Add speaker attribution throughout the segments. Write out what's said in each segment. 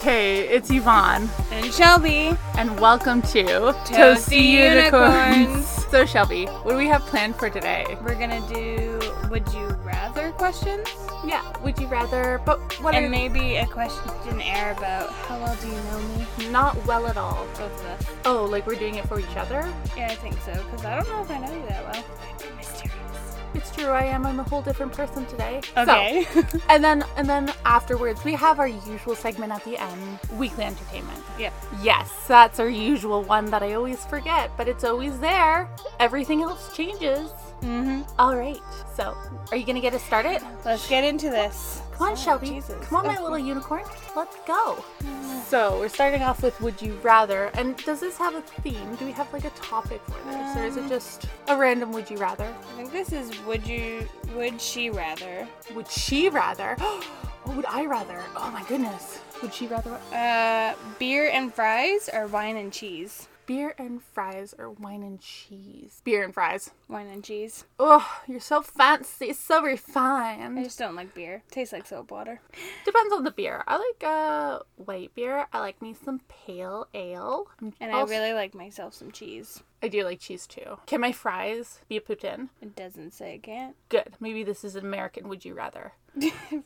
Speaker 1: Hey, it's Yvonne,
Speaker 2: And Shelby.
Speaker 1: and welcome to
Speaker 2: Toasty Unicorns.
Speaker 1: so, Shelby, what do we have planned for today?
Speaker 2: We're gonna do would you rather questions?
Speaker 1: Yeah, would you rather? But what
Speaker 2: and maybe a questionnaire about how well do you know me?
Speaker 1: not well at all?
Speaker 2: Both of us.
Speaker 1: Oh, like we're doing it for each other?
Speaker 2: Yeah, I think so, because I don't know if I know you that well. I'd be mysterious.
Speaker 1: It's true, I am. I'm a whole different person today. So,
Speaker 2: Okay.
Speaker 1: and then and then afterwards, we have our usual segment at the end, weekly entertainment.
Speaker 2: yep.
Speaker 1: Yes, that's our usual one that I always forget, but it's always there. Everything else changes.
Speaker 2: Mm-hmm.
Speaker 1: All right. So, are you gonna get us started?
Speaker 2: Let's get into this.
Speaker 1: Come on,
Speaker 2: Oh,
Speaker 1: Shelby.
Speaker 2: Jesus.
Speaker 1: Come on, my
Speaker 2: Okay.
Speaker 1: little unicorn. Let's go. So we're starting off with "Would you rather," and does this have a theme? Do we have like a topic for this, or is it just a random "Would you rather"?
Speaker 2: I think this is would you would she rather?
Speaker 1: Would she rather? what would I rather? Oh my goodness. Would she rather what?
Speaker 2: Uh, beer and fries or wine and cheese?
Speaker 1: beer and fries or wine and cheese? Beer and fries.
Speaker 2: Wine and cheese.
Speaker 1: Oh, you're so fancy, so
Speaker 2: I
Speaker 1: refined.
Speaker 2: just don't like beer. Tastes like soap water.
Speaker 1: Depends on the beer. I like uh white beer. I like me some pale ale.
Speaker 2: And
Speaker 1: Also-
Speaker 2: I really like myself some cheese.
Speaker 1: I do like cheese too. Can my fries be a poutine?
Speaker 2: It doesn't say it can't.
Speaker 1: Good. Maybe this is an American. Would you rather?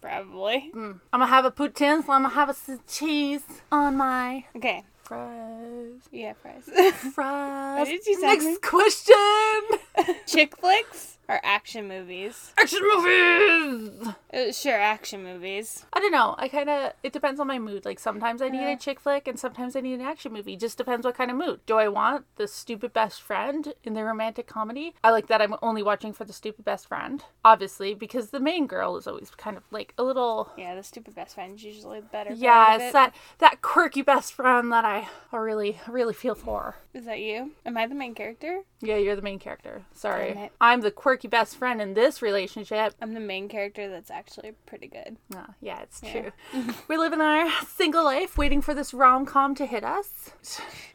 Speaker 2: Probably.
Speaker 1: I'm gonna have a poutine, so I'm gonna have a s- cheese on my
Speaker 2: Okay.
Speaker 1: fries.
Speaker 2: Yeah, fries.
Speaker 1: Fries.
Speaker 2: What did you say?
Speaker 1: Next question.
Speaker 2: Chick flicks or action movies?
Speaker 1: Action movies.
Speaker 2: Uh, sure, action movies.
Speaker 1: I don't know. I kind of it depends on my mood. Like sometimes I need
Speaker 2: Yeah.
Speaker 1: a chick flick and sometimes I need an action movie. Just depends what kind of mood. Do I want the stupid best friend in the romantic comedy? I like that I'm only watching for the stupid best friend, obviously, because the main girl is always kind of like a little
Speaker 2: Yeah, the stupid best friend's usually the better.
Speaker 1: Yeah,
Speaker 2: part of
Speaker 1: it's
Speaker 2: it.
Speaker 1: that that quirky best friend that I I really really feel for.
Speaker 2: Is that you? Am I the main character?
Speaker 1: Yeah, you're the main character.
Speaker 2: Damn
Speaker 1: Sorry,
Speaker 2: it.
Speaker 1: I'm the quirky best friend in this relationship.
Speaker 2: I'm the main character that's actually pretty good.
Speaker 1: Ah, yeah, it's
Speaker 2: Yeah.
Speaker 1: true. We're living our single life, waiting for this rom com to hit us.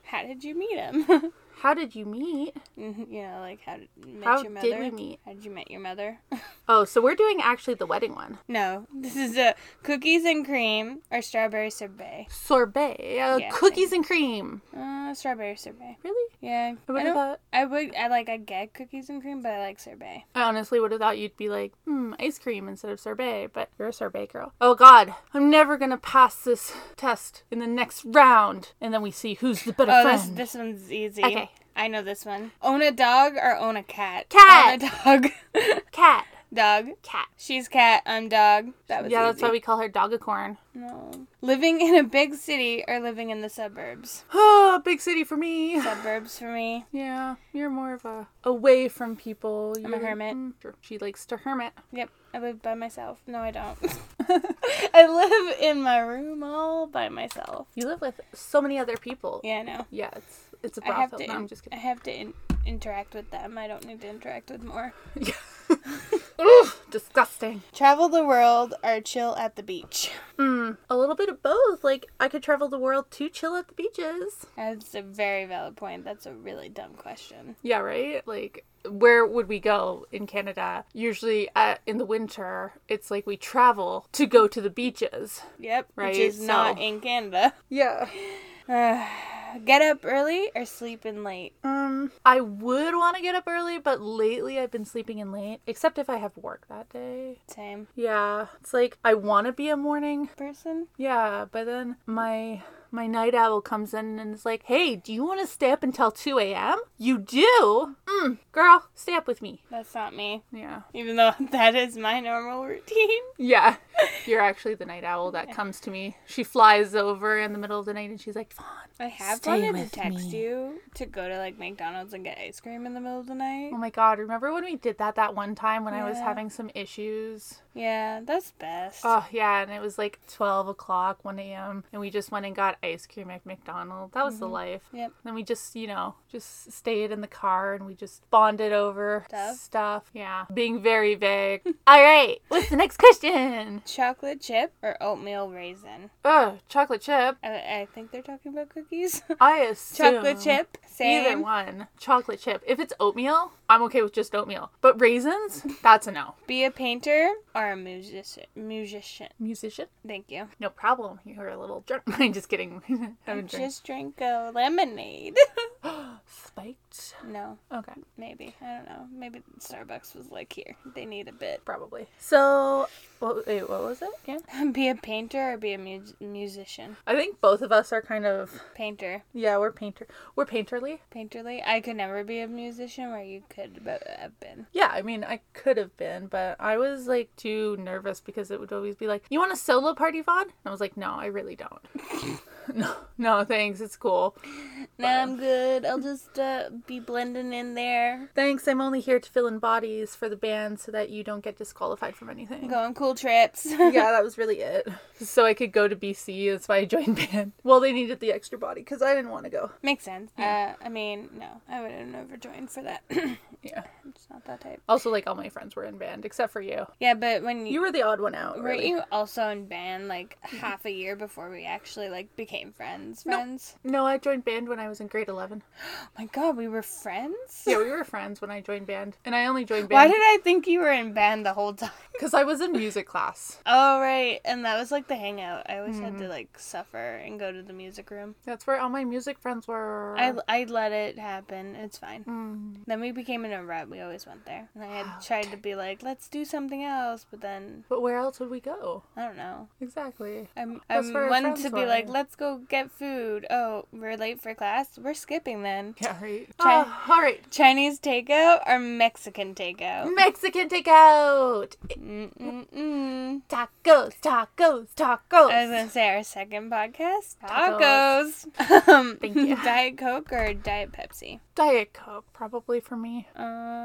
Speaker 2: How did you meet him?
Speaker 1: How did you meet?
Speaker 2: Mhm, you know, like how did you met
Speaker 1: How
Speaker 2: your mother?
Speaker 1: did we meet?
Speaker 2: How did you meet your mother?
Speaker 1: Oh, so we're doing actually the wedding one.
Speaker 2: no, this is a cookies and cream or strawberry sorbet.
Speaker 1: Sorbet, uh,
Speaker 2: Yeah,
Speaker 1: cookies and cream.
Speaker 2: Uh, strawberry sorbet.
Speaker 1: Really?
Speaker 2: Yeah,
Speaker 1: I would
Speaker 2: don't-
Speaker 1: have thought.
Speaker 2: I would. I like. I get cookies and cream, but I like sorbet.
Speaker 1: I honestly would have thought you'd be like, hmm, ice cream instead of sorbet, but you're a sorbet girl. Oh God, I'm never gonna pass this test in the next round, and then we see who's the better
Speaker 2: Oh, this
Speaker 1: friend.
Speaker 2: this one's easy.
Speaker 1: Okay.
Speaker 2: I know this one. Own a dog or own a cat.
Speaker 1: Cat.
Speaker 2: Own a dog.
Speaker 1: Cat,
Speaker 2: dog.
Speaker 1: cat.
Speaker 2: She's cat. I'm dog. That was
Speaker 1: yeah, that's
Speaker 2: easy.
Speaker 1: why we call her Dogacorn.
Speaker 2: No. Living in a big city or living in the suburbs.
Speaker 1: Oh, big city for me.
Speaker 2: Suburbs for me.
Speaker 1: Yeah, you're more of a away from people. You're
Speaker 2: a hermit.
Speaker 1: Mm, true. She likes to hermit.
Speaker 2: Yep. I live by myself. No, I don't. I live in my room all by myself.
Speaker 1: You live with so many other people.
Speaker 2: Yeah, I know.
Speaker 1: Yeah, it's it's a
Speaker 2: I have
Speaker 1: brothel.
Speaker 2: to.
Speaker 1: No,
Speaker 2: in-
Speaker 1: I'm just
Speaker 2: I
Speaker 1: kidding.
Speaker 2: have to in- interact with them. I don't need to interact with more.
Speaker 1: Ugh, disgusting.
Speaker 2: Travel the world or chill at the beach.
Speaker 1: A little bit of both. Like I could travel the world to chill at the beaches.
Speaker 2: That's a very valid point. That's a really dumb question.
Speaker 1: Yeah, right. Like where would we go in Canada? Usually uh, in the winter, it's like we travel to go to the beaches.
Speaker 2: Yep.
Speaker 1: Right,
Speaker 2: Which is not
Speaker 1: so-
Speaker 2: in Canada.
Speaker 1: Yeah.
Speaker 2: Get up early or sleep in late.
Speaker 1: Um, I would want to get up early, but lately I've been sleeping in late, except if I have work that day.
Speaker 2: Same
Speaker 1: Yeah, it's like I want to be a morning
Speaker 2: person.
Speaker 1: Yeah, but then my my night owl comes in and is like, "Hey, do you want to stay up until two a.m.? You do, mm, girl, stay up with me."
Speaker 2: That's not me.
Speaker 1: Yeah,
Speaker 2: Even though that is my normal routine.
Speaker 1: yeah, you're actually the night owl that comes to me. She flies over in the middle of the night and she's like, "Fawn,
Speaker 2: I have
Speaker 1: Stay
Speaker 2: wanted to
Speaker 1: with
Speaker 2: text
Speaker 1: me.
Speaker 2: you to go to like McDonald's and get ice cream in the middle of the
Speaker 1: oh
Speaker 2: night.
Speaker 1: my god, remember when we did that that one time when I was
Speaker 2: Yeah.
Speaker 1: having some issues?"
Speaker 2: Yeah, that's best.
Speaker 1: Oh yeah, and it was like twelve o'clock, one a.m., and we just went and got ice cream at McDonald's. That was
Speaker 2: Mm-hmm.
Speaker 1: the life.
Speaker 2: Yep.
Speaker 1: Then we just, you know, just stayed in the car and we just bonded over
Speaker 2: Stuff.
Speaker 1: stuff. Yeah. Being very vague. All right. What's the next question?
Speaker 2: Chocolate chip or oatmeal raisin?
Speaker 1: Oh, chocolate chip.
Speaker 2: I, I think they're talking about cookies.
Speaker 1: I assume
Speaker 2: Chocolate chip, same.
Speaker 1: Either one. Chocolate chip. If it's oatmeal, I'm okay with just oatmeal. But raisins, that's a no.
Speaker 2: Be a painter or a musician. Musician.
Speaker 1: Musician,
Speaker 2: Thank you.
Speaker 1: no problem. You're a little drunk. I'm just kidding. Haven't drank.
Speaker 2: Just drink a lemonade.
Speaker 1: Spiked.
Speaker 2: no,
Speaker 1: Okay,
Speaker 2: maybe. I don't know. Maybe Starbucks was like, here, they need a bit.
Speaker 1: probably. So, what, wait, what was it? Yeah.
Speaker 2: Be a painter or be a mu- musician.
Speaker 1: I think both of us are kind of
Speaker 2: Painter.
Speaker 1: yeah. We're painter. We're painterly.
Speaker 2: Painterly. I could never be a musician where you could but have been.
Speaker 1: Yeah, I mean, I could have been, but I was like too nervous because it would always be like, "You want a solo party, Vaughn?" And I was like, "No, I really don't. no, no, thanks. It's cool.
Speaker 2: Nah, I'm good. I'll just uh, be blending in there.
Speaker 1: Thanks. I'm only here to fill in bodies for the band so that you don't get disqualified from anything."
Speaker 2: Go on cool trips.
Speaker 1: yeah, that was really it. So I could go to BC. That's why I joined band. Well, they needed the extra body because I didn't want to go.
Speaker 2: Makes sense. Uh, I mean, no, I would have never joined for that.
Speaker 1: Yeah.
Speaker 2: it's not that type.
Speaker 1: Also, like all my friends were in band except for you.
Speaker 2: Yeah, but when you,
Speaker 1: You were the odd one out.
Speaker 2: were
Speaker 1: really.
Speaker 2: you also in band like half a year before we actually like became friends? Friends.
Speaker 1: No, I joined band when I was in grade eleven.
Speaker 2: Oh my god, we were friends.
Speaker 1: Yeah, we were friends when I joined band, and I only joined
Speaker 2: Why
Speaker 1: band
Speaker 2: did I think you were in band the whole time?
Speaker 1: because I was in music class.
Speaker 2: Oh right, and that was like the hangout. I always
Speaker 1: Mm-hmm.
Speaker 2: had to like suffer and go to the music room.
Speaker 1: That's where all my music friends were.
Speaker 2: I I let it happen. It's fine.
Speaker 1: Mm-hmm.
Speaker 2: Then we became in a rut. We always went there. And I
Speaker 1: Oh,
Speaker 2: had tried to be like, let's do something else, but then
Speaker 1: But where else would we go?
Speaker 2: I don't know.
Speaker 1: Exactly.
Speaker 2: I'm,
Speaker 1: That's
Speaker 2: I'm
Speaker 1: where our
Speaker 2: one
Speaker 1: friends
Speaker 2: to be
Speaker 1: were.
Speaker 2: like, let's go get food. Oh, we're late for class. We're skipping then.
Speaker 1: Yeah, right.
Speaker 2: Try-
Speaker 1: Ah, all right.
Speaker 2: Chinese takeout or Mexican takeout?
Speaker 1: Mexican takeout.
Speaker 2: Mm-mm-mm.
Speaker 1: Mm-hmm. Tacos, tacos, tacos.
Speaker 2: I was gonna say our second podcast,
Speaker 1: Tacos.
Speaker 2: tacos. Um,
Speaker 1: Thank you.
Speaker 2: Diet Coke or Diet Pepsi?
Speaker 1: Diet Coke, probably for me.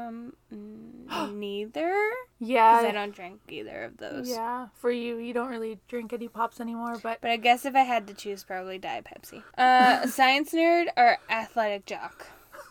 Speaker 2: Um, mm, neither.
Speaker 1: Yeah.
Speaker 2: Because I don't drink either of those.
Speaker 1: Yeah, for you, you don't really drink any pops anymore, but
Speaker 2: But I guess if I had to choose, probably Diet Pepsi. Uh, science nerd or athletic jock?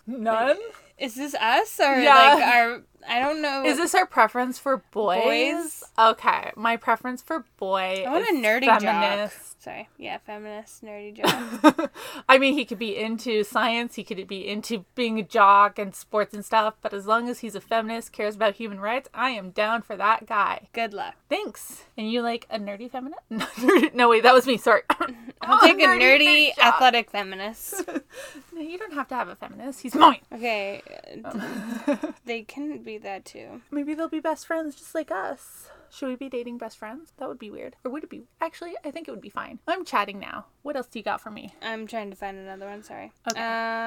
Speaker 1: none.
Speaker 2: Is this us or
Speaker 1: Yeah.
Speaker 2: like our? I don't know.
Speaker 1: Is this our preference for boys?
Speaker 2: Boys?
Speaker 1: Okay, my preference for boy.
Speaker 2: I want a
Speaker 1: is
Speaker 2: nerdy jock.
Speaker 1: feminist.
Speaker 2: Sorry, yeah, feminist nerdy jock.
Speaker 1: I mean, he could be into science, he could be into being a jock and sports and stuff, but as long as he's a feminist, cares about human rights, I am down for that guy.
Speaker 2: Good luck.
Speaker 1: Thanks. And you like a nerdy feminist? No, nerdy- no, wait, that was me. Sorry.
Speaker 2: I'll take a nerdy, athletic feminist.
Speaker 1: No, you don't have to have a feminist. He's mine.
Speaker 2: Okay, uh,
Speaker 1: Oh.
Speaker 2: they can be that too.
Speaker 1: Maybe they'll be best friends just like us. Should we be dating best friends? That would be weird. Or would it be? Actually, I think it would be fine. I'm chatting now. What else do you got for me?
Speaker 2: I'm trying to find another one. Sorry.
Speaker 1: Okay.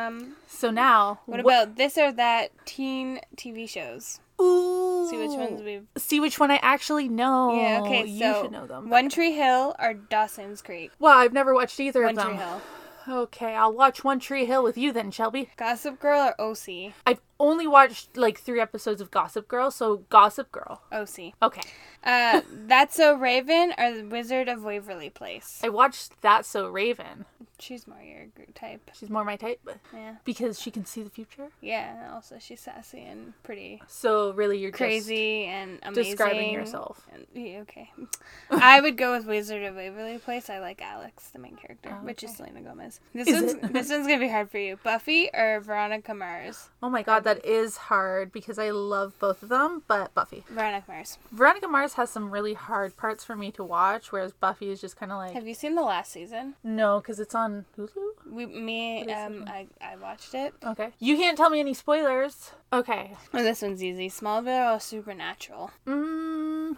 Speaker 2: Um,
Speaker 1: So now,
Speaker 2: what about this or that teen TV shows?
Speaker 1: Ooh.
Speaker 2: See which ones we've.
Speaker 1: See which one I actually know.
Speaker 2: Yeah. Okay.
Speaker 1: Oh. you
Speaker 2: so
Speaker 1: should know them.
Speaker 2: One Tree Hill or Dawson's Creek.
Speaker 1: Well, I've never watched either
Speaker 2: One
Speaker 1: of
Speaker 2: Tree
Speaker 1: them.
Speaker 2: Hill.
Speaker 1: Okay, I'll watch One Tree Hill with you then, Shelby.
Speaker 2: Gossip Girl or OC?
Speaker 1: I've only watched like three episodes of Gossip Girl, so Gossip Girl.
Speaker 2: OC.
Speaker 1: Okay,
Speaker 2: Uh, That's So Raven or The Wizard of Waverly Place?
Speaker 1: I watched that. So Raven,
Speaker 2: She's more your group type.
Speaker 1: she's more my type
Speaker 2: Yeah.
Speaker 1: because she can see the future.
Speaker 2: Yeah, and also she's sassy and pretty
Speaker 1: So really, you're just
Speaker 2: crazy and amazing.
Speaker 1: describing yourself.
Speaker 2: And- yeah, okay. I would go with Wizard of Waverly Place. I like Alex, the main character, which is Selena Gomez. This
Speaker 1: Oh, Is
Speaker 2: one's this one's gonna be hard for you. Buffy or Veronica Mars?
Speaker 1: Oh my god, that is hard because I love both of them, but Buffy.
Speaker 2: Veronica Mars.
Speaker 1: Veronica Mars has some really hard parts for me to watch, whereas Buffy is just kind of like
Speaker 2: Have you seen the last season?
Speaker 1: no, because it's on Hulu.
Speaker 2: We, me, um, I, I watched it.
Speaker 1: Okay. You can't tell me any spoilers. Okay.
Speaker 2: Oh, this one's easy. Smallville or Supernatural?
Speaker 1: Mm,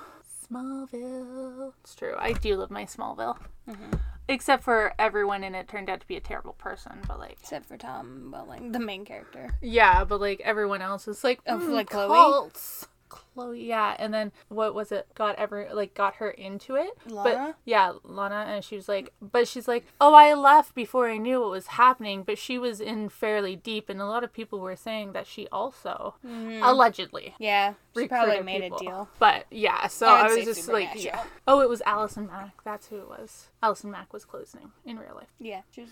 Speaker 1: Smallville. Mm-hmm. It's true. I do love my Smallville. Except for everyone in it turned out to be a terrible person, but like.
Speaker 2: Except for Tom Welling, the main character.
Speaker 1: Yeah, but like everyone else is like,
Speaker 2: Of,
Speaker 1: mm,
Speaker 2: like, Chloe?
Speaker 1: cults. Chloe, yeah. And then what was it? Got ever like got her into it? But
Speaker 2: Lana?
Speaker 1: yeah, Lana, and she was like, but she's like, oh, I left before I knew what was happening. But she was in fairly deep, and a lot of people were saying that she also allegedly.
Speaker 2: Yeah, Mm-hmm. she probably
Speaker 1: recruited
Speaker 2: made
Speaker 1: people.
Speaker 2: a deal.
Speaker 1: But yeah, so
Speaker 2: I'd
Speaker 1: I was
Speaker 2: say
Speaker 1: just like,
Speaker 2: Supernatural.
Speaker 1: yeah. Oh, it was Allison Mack. That's who it was. Allison Mack was Chloe's name in real life.
Speaker 2: Yeah, she was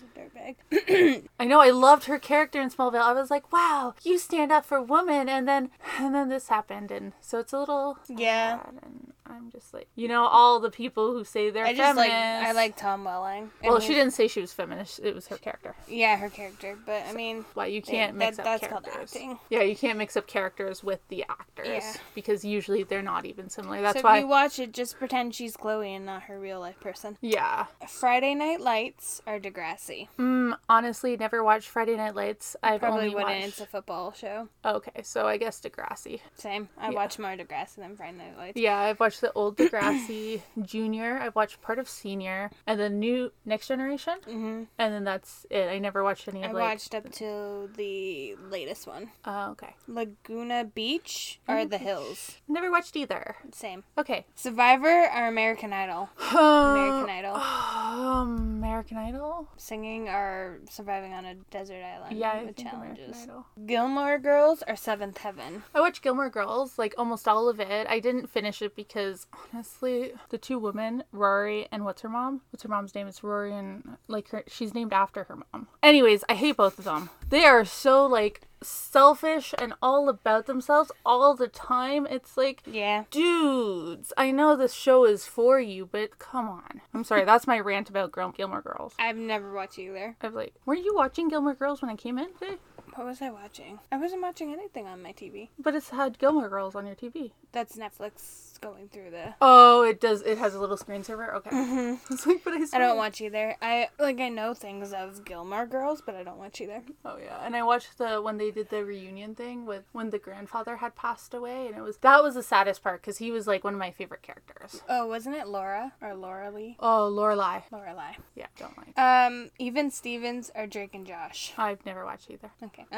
Speaker 2: a dirtbag.
Speaker 1: I know I loved her character in Smallville. I was like, wow, you stand up for women, and then and then this happened, and so it's a little
Speaker 2: Yeah.
Speaker 1: sad, and I'm just like, you know, all the people who say they're
Speaker 2: I just like
Speaker 1: feminists.
Speaker 2: I like Tom Welling. I
Speaker 1: Well,
Speaker 2: mean,
Speaker 1: she didn't say she was feminist. It was her character.
Speaker 2: Yeah, her character, but I mean,
Speaker 1: Why you can't
Speaker 2: that-
Speaker 1: mix up
Speaker 2: that's called
Speaker 1: characters?
Speaker 2: acting.
Speaker 1: Yeah, you can't mix up characters with the actors
Speaker 2: Yeah.
Speaker 1: because usually they're not even similar. That's
Speaker 2: so if
Speaker 1: why.
Speaker 2: you watch it, just pretend she's Chloe and not her real life person.
Speaker 1: yeah.
Speaker 2: Friday Night Lights are Degrassi.
Speaker 1: Mm, honestly, never watched Friday Night Lights. I've
Speaker 2: Probably
Speaker 1: only
Speaker 2: wouldn't.
Speaker 1: watched.
Speaker 2: It's a football show.
Speaker 1: Okay, so I guess Degrassi.
Speaker 2: Same. I watch more Degrassi than Friday Night Lights.
Speaker 1: Yeah, I've watched the old Degrassi Junior. I've watched part of Senior and the new Next Generation, mm-hmm. and then that's it. I never watched any of
Speaker 2: I
Speaker 1: like.
Speaker 2: watched up to the latest one,
Speaker 1: Oh, okay.
Speaker 2: Laguna Beach or The Hills.
Speaker 1: Never watched either.
Speaker 2: Same.
Speaker 1: Okay.
Speaker 2: Survivor or American Idol. American Idol.
Speaker 1: Um, American Idol.
Speaker 2: Singing or surviving on a desert island.
Speaker 1: Yeah, I
Speaker 2: with
Speaker 1: think American
Speaker 2: challenges.
Speaker 1: Idol.
Speaker 2: Gilmore Girls or Seventh Heaven.
Speaker 1: I watched Gilmore Girls, like almost all of it. I didn't finish it because honestly, the two women, Rory and what's her mom? What's her mom's name? It's Rory and like her she's named after her mom. Anyways, I hate both of them. They are so like selfish and all about themselves all the time. It's like
Speaker 2: Yeah.
Speaker 1: dudes, I know this show is for you, but come on. I'm sorry, that's my rant about Gil- Gilmore Girls.
Speaker 2: I've never watched either.
Speaker 1: I was like, were you watching Gilmore Girls when I came in today?
Speaker 2: What was I watching? I wasn't watching anything on my TV.
Speaker 1: But it's had Gilmore Girls on your TV.
Speaker 2: That's Netflix going through the.
Speaker 1: Oh, it does. It has a little screensaver. Okay. I was like, but Mm-hmm. I,
Speaker 2: I don't watch either. I like I know things of Gilmore Girls, but I don't watch either.
Speaker 1: Oh yeah, and I watched the when they did the reunion thing with when the grandfather had passed away, and it was that was the saddest part because he was like one of my favorite characters.
Speaker 2: Oh, wasn't it Laura or Laura Lee?
Speaker 1: Oh, Lorelai.
Speaker 2: Lorelai.
Speaker 1: Yeah, don't like.
Speaker 2: Um, even Stevens or Drake and Josh.
Speaker 1: I've never watched either.
Speaker 2: Okay. Uh,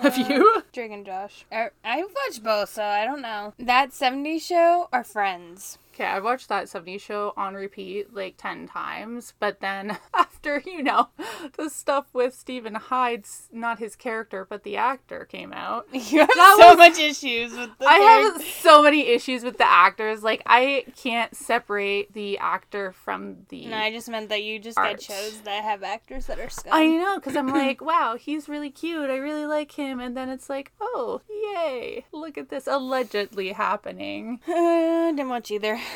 Speaker 1: Have you?
Speaker 2: Drake and Josh. Er, I, I've watched both, so I don't know. That 70s show or Friends?
Speaker 1: Okay, I've watched that 70s show on repeat like 10 times, but then after, you know, the stuff with Stephen Hyde's, not his character, but the actor came out.
Speaker 2: You have
Speaker 1: That
Speaker 2: so
Speaker 1: was-
Speaker 2: much issues with the
Speaker 1: I
Speaker 2: character.
Speaker 1: have so many issues with the actors. Like I can't separate the actor from the.
Speaker 2: No, I just meant that you just
Speaker 1: Art.
Speaker 2: get shows that have actors that are scum.
Speaker 1: I know, because I'm like, wow, he's really cute. I really like him. And then it's like, oh, yay. Look at this allegedly happening.
Speaker 2: Uh, didn't watch either.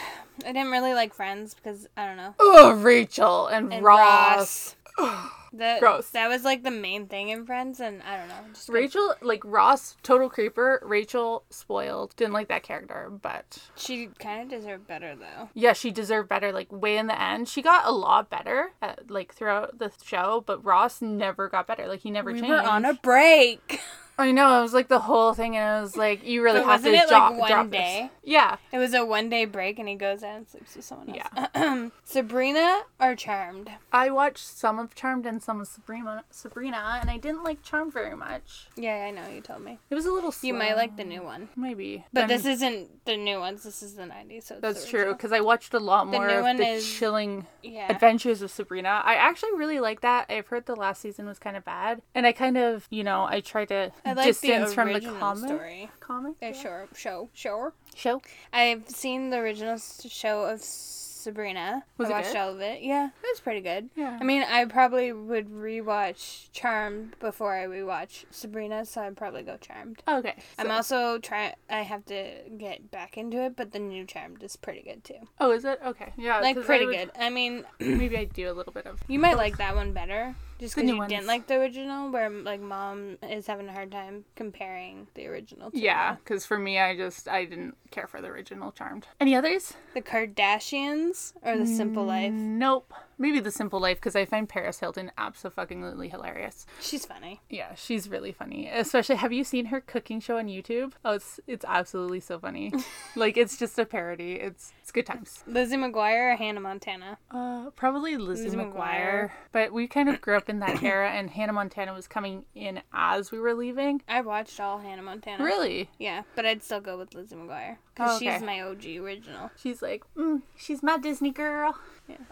Speaker 2: I didn't really like Friends because I don't know.
Speaker 1: Oh, Rachel and,
Speaker 2: And
Speaker 1: Ross.
Speaker 2: Ross. That,
Speaker 1: Gross.
Speaker 2: That was like the main thing in Friends, and I don't know. Just
Speaker 1: Rachel, like Ross, total creeper. Rachel, spoiled. Didn't like that character, but
Speaker 2: she kind of deserved better though.
Speaker 1: yeah, she deserved better. Like, way in the end, she got a lot better, at, like, throughout the show, but Ross never got better. Like, he never
Speaker 2: We
Speaker 1: changed.
Speaker 2: were on a break.
Speaker 1: I know. I was like the whole thing, and I was like, "You really
Speaker 2: But
Speaker 1: have to
Speaker 2: wasn't it,
Speaker 1: drop,
Speaker 2: like, one
Speaker 1: drop
Speaker 2: day?
Speaker 1: this." Yeah,
Speaker 2: It was a one day break, and he goes out and sleeps with someone else.
Speaker 1: yeah.
Speaker 2: Sabrina or Charmed?
Speaker 1: I watched some of Charmed and some of Sabrina, Sabrina, and I didn't like Charmed very much.
Speaker 2: Yeah, I know you told me.
Speaker 1: It was a little. Slow.
Speaker 2: You might like the new one,
Speaker 1: maybe,
Speaker 2: but
Speaker 1: I'm-
Speaker 2: this isn't the new ones. This is the '90s, so it's
Speaker 1: that's
Speaker 2: the
Speaker 1: true
Speaker 2: original.
Speaker 1: because I watched a lot more
Speaker 2: new
Speaker 1: of
Speaker 2: one
Speaker 1: the
Speaker 2: is-
Speaker 1: chilling
Speaker 2: Yeah.
Speaker 1: Adventures of Sabrina. I actually really like that. I've heard the last season was kind of bad, and I kind of, you know, I tried to
Speaker 2: I like
Speaker 1: distance
Speaker 2: the
Speaker 1: from the
Speaker 2: original
Speaker 1: comic.
Speaker 2: story.
Speaker 1: Comic
Speaker 2: Yeah, sure, show, sure.
Speaker 1: show.
Speaker 2: I've seen the original s- show of Sabrina.
Speaker 1: Was
Speaker 2: I
Speaker 1: it
Speaker 2: watched
Speaker 1: good?
Speaker 2: all of it. Yeah, it was pretty good.
Speaker 1: Yeah.
Speaker 2: I mean, I probably would rewatch Charmed before I rewatch Sabrina, so I'd probably go Charmed.
Speaker 1: Okay,
Speaker 2: I'm
Speaker 1: so-
Speaker 2: also trying. I have to get back into it, but the new Charmed is pretty good too.
Speaker 1: Oh, is it okay? Yeah,
Speaker 2: Like
Speaker 1: 'cause I
Speaker 2: pretty
Speaker 1: would-
Speaker 2: good. I mean,
Speaker 1: Maybe I do a little bit of
Speaker 2: you might like that one better, just
Speaker 1: The
Speaker 2: because
Speaker 1: new
Speaker 2: you
Speaker 1: ones.
Speaker 2: didn't like the original, where like mom is having a hard time comparing the original. to
Speaker 1: Yeah, because for me, I just I didn't care for the original Charmed. Any others?
Speaker 2: the Kardashians or The Simple Life.
Speaker 1: Mm. Nope. Maybe The Simple Life because I find Paris Hilton absolutely hilarious.
Speaker 2: She's funny.
Speaker 1: Yeah, she's really funny. Especially, have you seen her cooking show on YouTube? Oh, it's it's absolutely so funny. like it's just a parody. It's it's good times.
Speaker 2: Lizzie McGuire or Hannah Montana?
Speaker 1: Uh, probably Lizzie,
Speaker 2: Lizzie
Speaker 1: McGuire.
Speaker 2: McGuire.
Speaker 1: But we kind of grew up up in that era, and Hannah Montana was coming in as we were leaving.
Speaker 2: I watched all Hannah Montana.
Speaker 1: Really?
Speaker 2: Yeah, but I'd still go with Lizzie McGuire because
Speaker 1: Oh, okay.
Speaker 2: she's my OG original.
Speaker 1: She's like, mm, she's my Disney girl.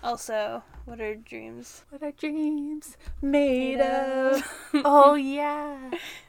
Speaker 2: Also, what are dreams?
Speaker 1: What are dreams made
Speaker 2: of.
Speaker 1: of? oh yeah,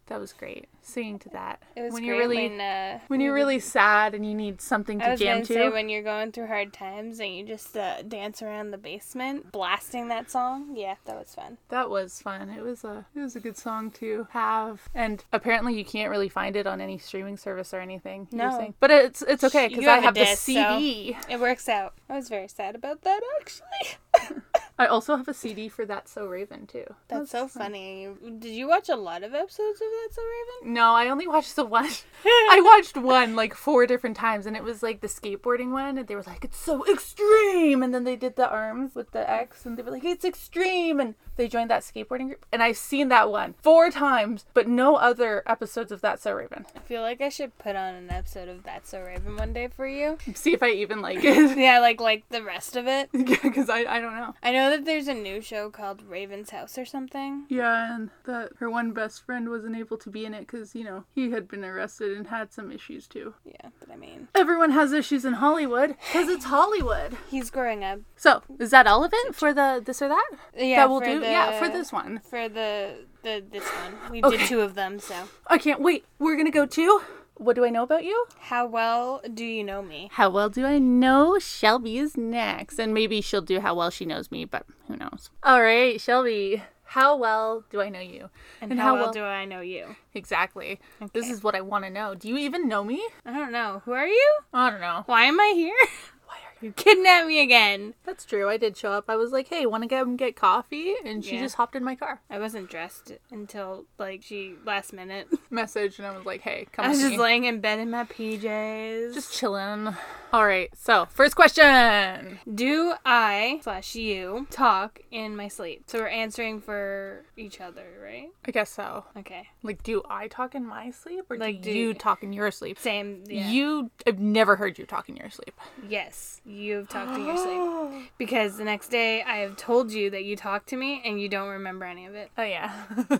Speaker 1: that was great. Singing to that
Speaker 2: It was
Speaker 1: when
Speaker 2: great
Speaker 1: you're really
Speaker 2: when, uh,
Speaker 1: when you're
Speaker 2: we-
Speaker 1: really sad and you need something
Speaker 2: I
Speaker 1: to
Speaker 2: was
Speaker 1: jam
Speaker 2: gonna say
Speaker 1: to.
Speaker 2: when you're going through hard times and you just uh, dance around the basement blasting that song. Yeah, that was fun.
Speaker 1: That was fun. It was a it was a good song to have. And apparently you can't really find it on any streaming service or anything. you were
Speaker 2: No.
Speaker 1: saying. but it's it's okay because
Speaker 2: You
Speaker 1: I
Speaker 2: have a
Speaker 1: have the
Speaker 2: disc, so-
Speaker 1: CD.
Speaker 2: It works out. I was very sad about that actually.
Speaker 1: I also have a CD for That's So Raven too.
Speaker 2: That's so funny. Did you watch a lot of episodes of That's So Raven?
Speaker 1: No, I only watched the one. I watched one like four different times, and it was like the skateboarding one, and they were like, "It's so extreme," and then they did the arms with the X, and they were like, "It's extreme," and they joined that skateboarding group, and I've seen that one four times, but no other episodes of That's So Raven.
Speaker 2: I feel like I should put on an episode of That's So Raven one day for you.
Speaker 1: See if I even like it,
Speaker 2: Yeah, like like the rest of it.
Speaker 1: because I I don't know.
Speaker 2: I know that there's a new show called Raven's House or something.
Speaker 1: Yeah, and that her one best friend wasn't able to be in it because you know he had been arrested and had some issues too.
Speaker 2: Yeah, but I mean,
Speaker 1: Everyone has issues in Hollywood because it's Hollywood.
Speaker 2: he's growing up.
Speaker 1: So is that all of it for the this or that?
Speaker 2: Yeah,
Speaker 1: that will
Speaker 2: for
Speaker 1: do.
Speaker 2: the-
Speaker 1: Yeah, for this one.
Speaker 2: for the the this one. We
Speaker 1: Okay.
Speaker 2: did two of them, so
Speaker 1: I can't wait. We're gonna go to. What do I know about you?
Speaker 2: how well do you know me?
Speaker 1: How well do I know Shelby is next? And maybe she'll do how well she knows me, but who knows? All right, Shelby. How well do I know you?
Speaker 2: And, how, well do I know you?
Speaker 1: exactly? This is what I want to know. Do you even know me?
Speaker 2: I don't know. Who are you?
Speaker 1: I don't know.
Speaker 2: Why am I here?
Speaker 1: Why are
Speaker 2: You kidnapped me again.
Speaker 1: That's true. I did show up. I was like, "Hey, want to go and get coffee?" And she
Speaker 2: Yeah.
Speaker 1: just hopped in my car.
Speaker 2: I wasn't dressed until like she last minute.
Speaker 1: Message, and I was like, "Hey, come
Speaker 2: I was
Speaker 1: with
Speaker 2: just
Speaker 1: me."
Speaker 2: laying in bed in my PJs.
Speaker 1: Just chilling. All right. So, first question.
Speaker 2: do I slash you talk in my sleep? So we're answering for each other, right?
Speaker 1: I guess so.
Speaker 2: Okay.
Speaker 1: Like, do I talk in my sleep or
Speaker 2: Like,
Speaker 1: do,
Speaker 2: do-
Speaker 1: you talk in your sleep?
Speaker 2: Same. Yeah.
Speaker 1: You, I've never heard you talk in your sleep.
Speaker 2: Yes, you've talked in your sleep. Because the next day I have told you that you talked to me and you don't remember any of it.
Speaker 1: Oh, yeah.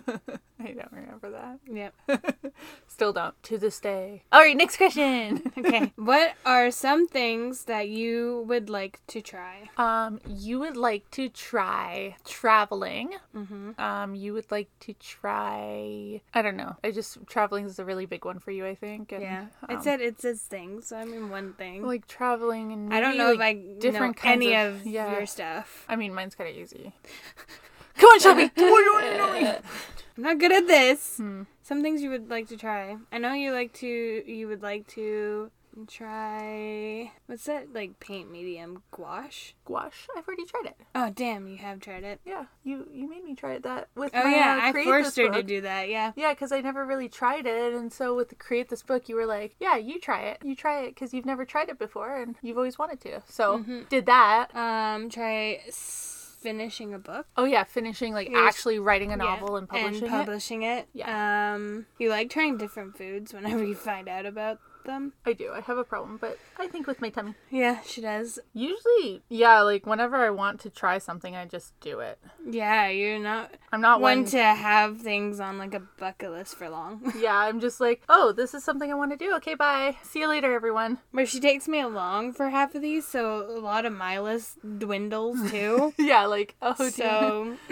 Speaker 1: I don't remember that.
Speaker 2: Yep.
Speaker 1: Still don't to this day. All right, next question.
Speaker 2: Okay. what are some things that you would like to try?
Speaker 1: um, you would like to try traveling. Mm-hmm. Um, you would like to try, I don't know. I just, traveling is a really big one for you, I think. And,
Speaker 2: it said it says things, so I mean one thing.
Speaker 1: um, like traveling and
Speaker 2: I don't
Speaker 1: maybe,
Speaker 2: know
Speaker 1: like,
Speaker 2: if I
Speaker 1: different
Speaker 2: different
Speaker 1: kinds
Speaker 2: any
Speaker 1: of-
Speaker 2: of,
Speaker 1: yeah.
Speaker 2: your stuff.
Speaker 1: I mean, mine's kind of easy. Come on, Shelby. Come on, you know me.
Speaker 2: I'm not good at this.
Speaker 1: Hmm.
Speaker 2: Some things you would like to try. I know you like to. You would like to try. What's that like paint medium? Gouache.
Speaker 1: Gouache. I've already tried it.
Speaker 2: Oh damn! You have tried it.
Speaker 1: Yeah, you you made me try it that with
Speaker 2: Oh
Speaker 1: my
Speaker 2: yeah,
Speaker 1: uh,
Speaker 2: I
Speaker 1: create
Speaker 2: forced
Speaker 1: this
Speaker 2: her
Speaker 1: book.
Speaker 2: to do that. Yeah.
Speaker 1: Yeah, because I never really tried it, and so with the create this book, you were like, "Yeah, you try it. You try it because you've never tried it before, and you've always wanted to." So
Speaker 2: Mm-hmm.
Speaker 1: did that.
Speaker 2: Um, try s- finishing a book.
Speaker 1: Oh yeah, finishing like
Speaker 2: Here's-
Speaker 1: actually writing a
Speaker 2: Yeah,
Speaker 1: novel and publishing
Speaker 2: and publishing it.
Speaker 1: Yeah.
Speaker 2: Um, you like trying different foods whenever you find out about them.
Speaker 1: it. I do. I have a problem, but I think with my tummy.
Speaker 2: Yeah, she does.
Speaker 1: Usually, yeah, like whenever I want to try something, I just do it.
Speaker 2: Yeah, you're not
Speaker 1: I'm not
Speaker 2: one
Speaker 1: one.
Speaker 2: to have things on like a bucket list for long.
Speaker 1: yeah, I'm just like, oh, this is something I want to do. Okay, bye. See you later, everyone.
Speaker 2: Where she takes me along for half of these, so a lot of my list dwindles too.
Speaker 1: Yeah, like oh, do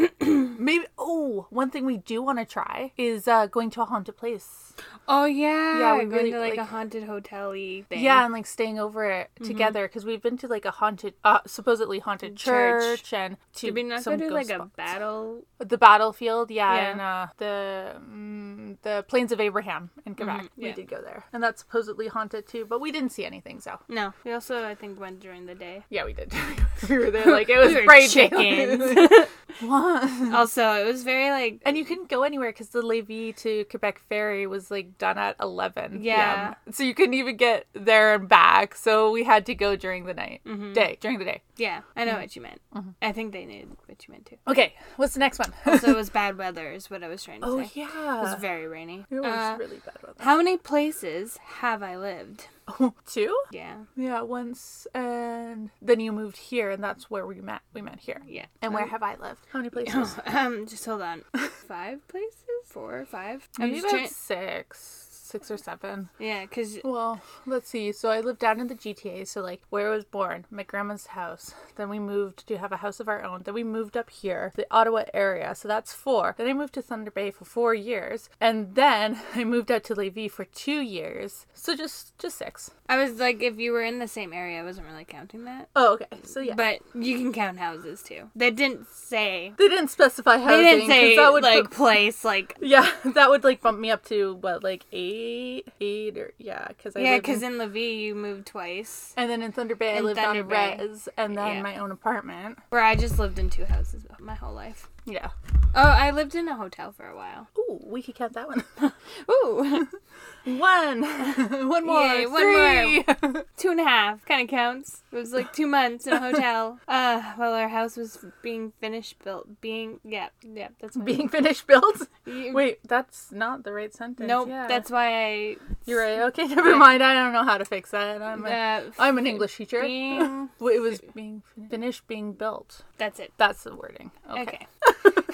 Speaker 1: you
Speaker 2: so
Speaker 1: Maybe. Oh, one thing we do want to try is uh, going to a haunted place.
Speaker 2: oh yeah,
Speaker 1: Yeah,
Speaker 2: yeah,
Speaker 1: we
Speaker 2: we're
Speaker 1: really,
Speaker 2: going to like, a
Speaker 1: like-
Speaker 2: haunted hotel y thing.
Speaker 1: Yeah, and like staying over it
Speaker 2: Mm-hmm.
Speaker 1: together because we've been to like a haunted, uh, supposedly haunted church,
Speaker 2: Church.
Speaker 1: and to
Speaker 2: Did we not go
Speaker 1: some
Speaker 2: to
Speaker 1: ghost
Speaker 2: like a
Speaker 1: spots.
Speaker 2: battle?
Speaker 1: the battlefield. Yeah,
Speaker 2: Yeah.
Speaker 1: and uh, the mm, the plains of Abraham in Quebec. We
Speaker 2: Mm-hmm. yeah.
Speaker 1: did go there, and that's supposedly haunted too, but we didn't see anything. So
Speaker 2: No, we also I think went during the day.
Speaker 1: yeah, we did. we were there like it was
Speaker 2: We were
Speaker 1: bright
Speaker 2: chickens.
Speaker 1: what?
Speaker 2: also, it was very like
Speaker 1: And you couldn't go anywhere because the levy to Quebec Ferry was like done at 11
Speaker 2: Yeah.
Speaker 1: p.m. So you couldn't even get there and back. So we had to go during the night, day, during the day.
Speaker 2: Yeah, I know
Speaker 1: Mm-hmm.
Speaker 2: what you meant. I think they knew what you meant too.
Speaker 1: Okay, what's the next one?
Speaker 2: So it was bad weather, is what I was trying to
Speaker 1: oh,
Speaker 2: say. It was
Speaker 1: yeah.
Speaker 2: very rainy.
Speaker 1: It was
Speaker 2: Uh,
Speaker 1: really bad weather.
Speaker 2: how many places have I lived?
Speaker 1: oh, two?
Speaker 2: Yeah.
Speaker 1: Yeah, once, and then you moved here, and that's where we met. We met here.
Speaker 2: Yeah.
Speaker 1: And where have I lived? How many places?
Speaker 2: um, just hold on. Five places? Four, five? I'm
Speaker 1: Maybe
Speaker 2: just
Speaker 1: about
Speaker 2: trying-
Speaker 1: six, six or seven.
Speaker 2: Yeah, because
Speaker 1: Well, let's see. So I lived down in the GTA. So like where I was born, my grandma's house. Then we moved to have a house of our own. Then we moved up here, the Ottawa area. So that's four. Then I moved to Thunder Bay for four years, and then I moved out to Levy for two years. So just just six.
Speaker 2: I was like, if you were in the same area, I wasn't really counting that.
Speaker 1: Oh, okay. So yeah.
Speaker 2: But you can count houses too. They didn't say.
Speaker 1: they didn't specify
Speaker 2: They
Speaker 1: housing.
Speaker 2: didn't
Speaker 1: 'cause
Speaker 2: say
Speaker 1: that would
Speaker 2: like
Speaker 1: put-
Speaker 2: place like.
Speaker 1: yeah, that would like bump me up to what like eight, eight or yeah, because I
Speaker 2: Yeah,
Speaker 1: lived in-
Speaker 2: because in Levi you moved twice,
Speaker 1: and then in Thunder Bay I
Speaker 2: In
Speaker 1: lived
Speaker 2: Thunder
Speaker 1: on
Speaker 2: Bay.
Speaker 1: res and then
Speaker 2: Yeah.
Speaker 1: my own apartment.
Speaker 2: where I just lived in two houses my whole life.
Speaker 1: Yeah.
Speaker 2: Oh, I lived in a hotel for a while.
Speaker 1: Ooh, we could count that one.
Speaker 2: Ooh,
Speaker 1: one, one more,
Speaker 2: Yay, one
Speaker 1: three.
Speaker 2: two and a half kind of counts. It was like two months in a hotel. Uh, while our house was being finished built, being yeah, yeah, that's what I
Speaker 1: Being finished built.
Speaker 2: mean. You-
Speaker 1: Wait, that's not the right sentence.
Speaker 2: Nope,
Speaker 1: Yeah.
Speaker 2: that's why
Speaker 1: you're right. Okay, never mind. I don't know how to fix that.
Speaker 2: I.
Speaker 1: I'm a,
Speaker 2: Uh,
Speaker 1: I'm an English teacher.
Speaker 2: being,
Speaker 1: Well, it was being fin- finished, being built.
Speaker 2: that's it.
Speaker 1: That's the wording. Okay.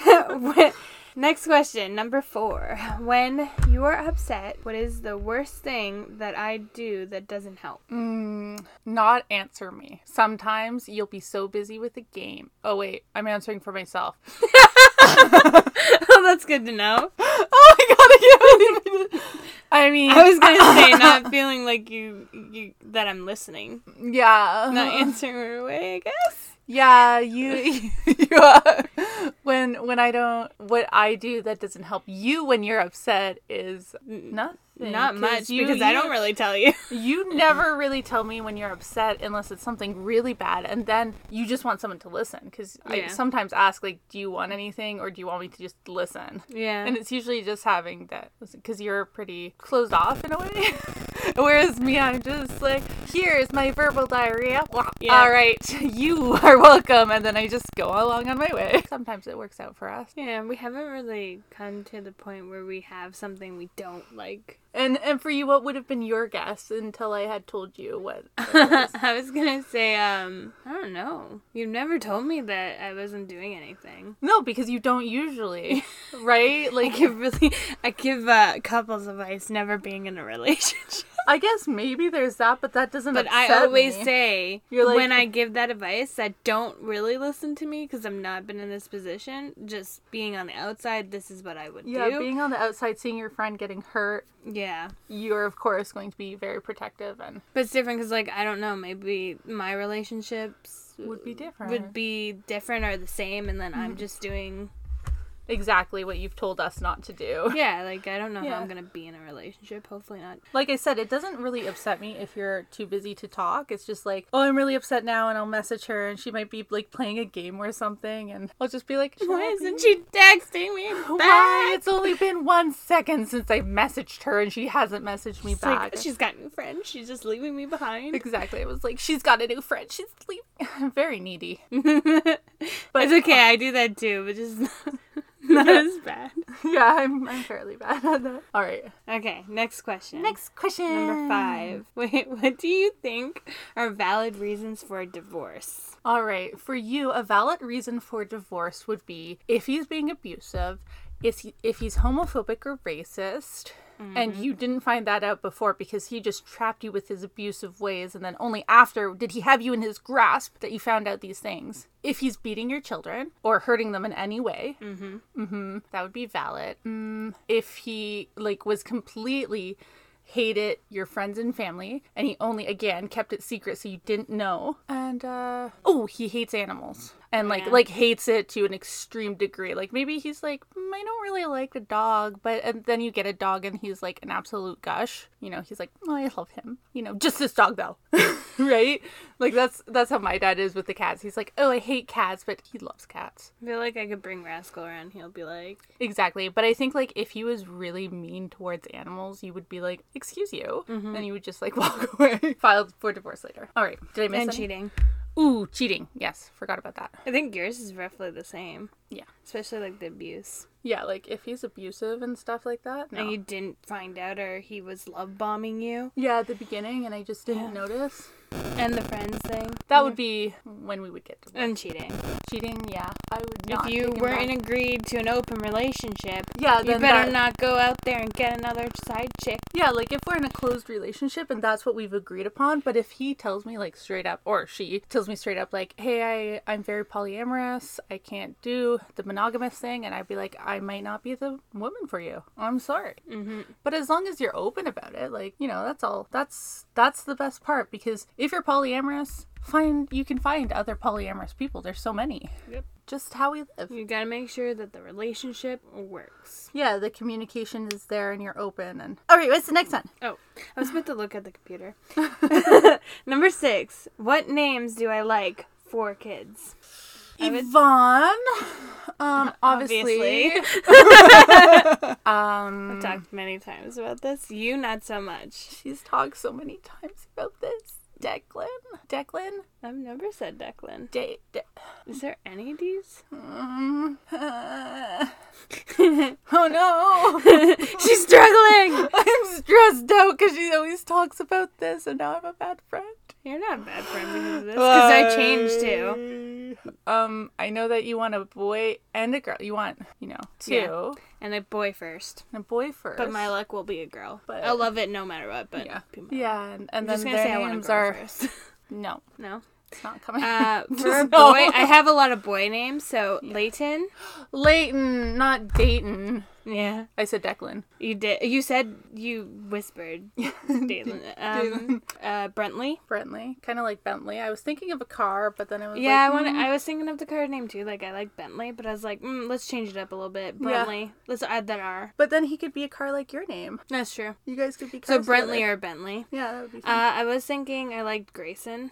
Speaker 2: Okay. Next question, number four. When you are upset, what is the worst thing that I do that doesn't help?
Speaker 1: Mm, not answer me. Sometimes you'll be so busy with the game. Oh wait, I'm answering for myself.
Speaker 2: oh, that's good to know.
Speaker 1: Oh my god, I can't believe it. I mean,
Speaker 2: I was gonna say not feeling like you, you that I'm listening,
Speaker 1: yeah,
Speaker 2: not answering right away. I guess.
Speaker 1: Yeah, you, you are. when when I don't what I do that doesn't help you when you're upset is nothing.
Speaker 2: Not
Speaker 1: 'cause
Speaker 2: much
Speaker 1: you-
Speaker 2: because I don't
Speaker 1: you-
Speaker 2: really tell you.
Speaker 1: You never really tell me when you're upset unless it's something really bad, and then you just want someone to listen. Because I
Speaker 2: Yeah.
Speaker 1: sometimes ask like, "Do you want anything, or do you want me to just listen?"
Speaker 2: Yeah.
Speaker 1: And it's usually just having that because you're pretty closed off in a way. Whereas me, I'm just like, here is my verbal diarrhea. Wah.
Speaker 2: Yeah.
Speaker 1: All right, you are welcome. And then I just go along on my way. Sometimes it works out for us.
Speaker 2: yeah, we haven't really come to the point where we have something we don't like.
Speaker 1: And and for you, what would have been your guess until I had told you what?
Speaker 2: I was gonna say, um, I don't know. You never told me that I wasn't doing anything.
Speaker 1: No, because you don't usually, right?
Speaker 2: I
Speaker 1: Like,
Speaker 2: give really, I give uh, couples advice never being in a relationship.
Speaker 1: I guess maybe there's that, but that doesn't.
Speaker 2: But I
Speaker 1: upset
Speaker 2: always
Speaker 1: me.
Speaker 2: say
Speaker 1: You're like-
Speaker 2: when I give that advice that don't really listen to me because I've not been in this position. Just being on the outside, this is what I would
Speaker 1: Yeah,
Speaker 2: do.
Speaker 1: being on the outside, seeing your friend getting hurt,
Speaker 2: yeah,
Speaker 1: you're of course going to be very protective and
Speaker 2: but it's different because like I don't know, maybe my relationships
Speaker 1: would Mm-hmm. be different.
Speaker 2: would be different or the same, and then I'm just doing
Speaker 1: exactly what you've told us not to do.
Speaker 2: Yeah, like I don't know
Speaker 1: Yeah.
Speaker 2: how I'm gonna be in a relationship. Hopefully not.
Speaker 1: Like I said, it doesn't really upset me if you're too busy to talk. It's just like, oh, I'm really upset now, and I'll message her, and she might be like playing a game or something, and I'll just be like,
Speaker 2: Why
Speaker 1: "Shut
Speaker 2: isn't
Speaker 1: up."
Speaker 2: she texting me
Speaker 1: Why?
Speaker 2: back?
Speaker 1: It's only been one second since I messaged her, and she hasn't messaged me
Speaker 2: It's
Speaker 1: back.
Speaker 2: like she's got new friends. She's just leaving me behind.
Speaker 1: exactly. It was like she's got a new friend. She's leaving. I'm very needy. But
Speaker 2: it's okay. I do that too, but just not, not as bad.
Speaker 1: yeah, I'm I'm fairly bad at that. All right.
Speaker 2: Okay, next question.
Speaker 1: Next question.
Speaker 2: number five. Wait, what do you think are valid reasons for a divorce?
Speaker 1: All right, for you, a valid reason for divorce would be if he's being abusive, if he, if he's homophobic or racist, and you didn't find that out before because he just trapped you with his abusive ways, and then only after did he have you in his grasp that you found out these things. If he's beating your children or hurting them in any way, mm-hmm. Mm-hmm, that would be valid. Mm, if he like was completely hated your friends and family and he only again kept it secret so you didn't know and uh oh he hates animals and like
Speaker 2: Yeah.
Speaker 1: like hates it to an extreme degree like maybe he's like mm, i don't really like the dog but and then you get a dog and he's like an absolute gush you know he's like oh, i love him you know just this dog though right like that's that's how my dad is with the cats he's like oh i hate cats but he loves cats
Speaker 2: I feel like I could bring Rascal around. He'll be like,
Speaker 1: Exactly. But I think like if he was really mean towards animals, you would be like, "Excuse you," and you would just like walk away. Filed Mm-hmm. for divorce later. All right. Did I miss
Speaker 2: and
Speaker 1: any?
Speaker 2: cheating.
Speaker 1: Ooh, cheating. Yes, forgot about that.
Speaker 2: I think yours is roughly the same,
Speaker 1: Yeah.
Speaker 2: especially like the abuse.
Speaker 1: Yeah, like if he's abusive and stuff like that. No.
Speaker 2: And you didn't find out, or he was love bombing you,
Speaker 1: yeah, at the beginning, and I just didn't
Speaker 2: Yeah.
Speaker 1: notice.
Speaker 2: and the friends thing,
Speaker 1: That would be when we would get to
Speaker 2: and cheating.
Speaker 1: cheating. Yeah, I would not.
Speaker 2: if you
Speaker 1: take him
Speaker 2: weren't
Speaker 1: back.
Speaker 2: agreed to an open relationship,
Speaker 1: yeah,
Speaker 2: you
Speaker 1: then
Speaker 2: better
Speaker 1: that-
Speaker 2: not go out there and get another side chick.
Speaker 1: Yeah, like if we're in a closed relationship and that's what we've agreed upon, but if he tells me like straight up or she tells me straight up like, "Hey, I I'm very polyamorous. I can't do the monogamous thing." And I'd be like, "I might not be the woman for you. I'm sorry." Mm-hmm. But as long as you're open about it, like, you know, that's all. That's that's the best part because if you're polyamorous, find you can find other polyamorous people. There's so many.
Speaker 2: Yep.
Speaker 1: Just how we live.
Speaker 2: You gotta make sure that the relationship works.
Speaker 1: Yeah, the communication is there and you're open and All right, what's the next one?
Speaker 2: Oh, I was about to look at the computer. Number six. What names do I like for kids? I would-
Speaker 1: Yvonne. Um, obviously.
Speaker 2: I've
Speaker 1: Um,
Speaker 2: talked many times about this. You not so much.
Speaker 1: she's talked so many times about this. Declan. Declan.
Speaker 2: I've never said Declan.
Speaker 1: De- de-
Speaker 2: Is there any D's?
Speaker 1: um, uh,
Speaker 2: She's
Speaker 1: oh no.
Speaker 2: struggling.
Speaker 1: I'm stressed out because she always talks about this, and now I'm a bad friend.
Speaker 2: You're not a bad friend because of this. Because I changed too.
Speaker 1: Um, I know that you want a boy and a girl. You want, you know, two
Speaker 2: Yeah. And a boy first.
Speaker 1: and a boy first.
Speaker 2: But my luck will be a girl.
Speaker 1: But-
Speaker 2: I'll love it no matter what. But
Speaker 1: yeah,
Speaker 2: be my luck.
Speaker 1: yeah, and, and
Speaker 2: I'm just
Speaker 1: then
Speaker 2: gonna
Speaker 1: their
Speaker 2: say I want a
Speaker 1: names
Speaker 2: girl
Speaker 1: are
Speaker 2: first.
Speaker 1: no,
Speaker 2: no.
Speaker 1: it's not coming.
Speaker 2: Uh,
Speaker 1: Just
Speaker 2: for a boy,
Speaker 1: no.
Speaker 2: I have a lot of boy names. So Leighton.
Speaker 1: Leighton, not Dayton.
Speaker 2: Yeah.
Speaker 1: I said Declan.
Speaker 2: You did. You said you whispered. Dalen. Um, uh, Brentley.
Speaker 1: Bentley, kind of like Bentley. I was thinking of a car, but then I was
Speaker 2: Yeah,
Speaker 1: like,
Speaker 2: I want. to I was thinking of the card name too. Like I like Bentley, but I was like, mm, let's change it up a little bit.
Speaker 1: Yeah.
Speaker 2: Brentley. Let's add that R.
Speaker 1: But then he could be a car like your name.
Speaker 2: That's true.
Speaker 1: You guys could be
Speaker 2: So
Speaker 1: cars
Speaker 2: Brentley
Speaker 1: together.
Speaker 2: or Bentley.
Speaker 1: yeah, that would be
Speaker 2: Uh,
Speaker 1: fun.
Speaker 2: I was thinking I liked Grayson.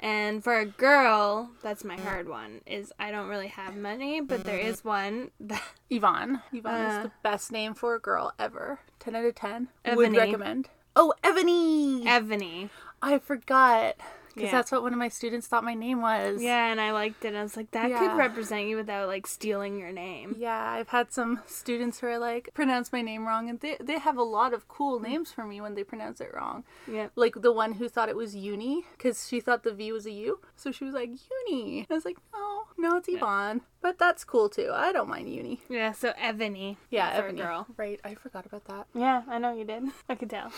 Speaker 2: And for a girl, that's my hard one. Is I don't really have many, but there is one that
Speaker 1: Yvonne. Yvonne
Speaker 2: uh,
Speaker 1: is the best name for a girl ever. Ten out of ten. Would
Speaker 2: Ebony.
Speaker 1: recommend. Oh, Ebony.
Speaker 2: Ebony.
Speaker 1: I forgot because
Speaker 2: Yeah.
Speaker 1: that's what one of my students thought my name was.
Speaker 2: Yeah, and I liked it. I was like, that
Speaker 1: Yeah.
Speaker 2: could represent you without like stealing your name.
Speaker 1: Yeah, I've had some students who are like pronounce my name wrong, and they they have a lot of cool names for me when they pronounce it wrong.
Speaker 2: Yep.
Speaker 1: like the one who thought it was uni because she thought the V was a U. So she was like, uni. I was like, no, no, it's Yvonne. But that's cool too. I don't mind uni.
Speaker 2: Yeah. So Ebony.
Speaker 1: Yeah,
Speaker 2: for
Speaker 1: Ebony.
Speaker 2: a girl.
Speaker 1: Right. I forgot about that.
Speaker 2: Yeah, I know you did. I could tell.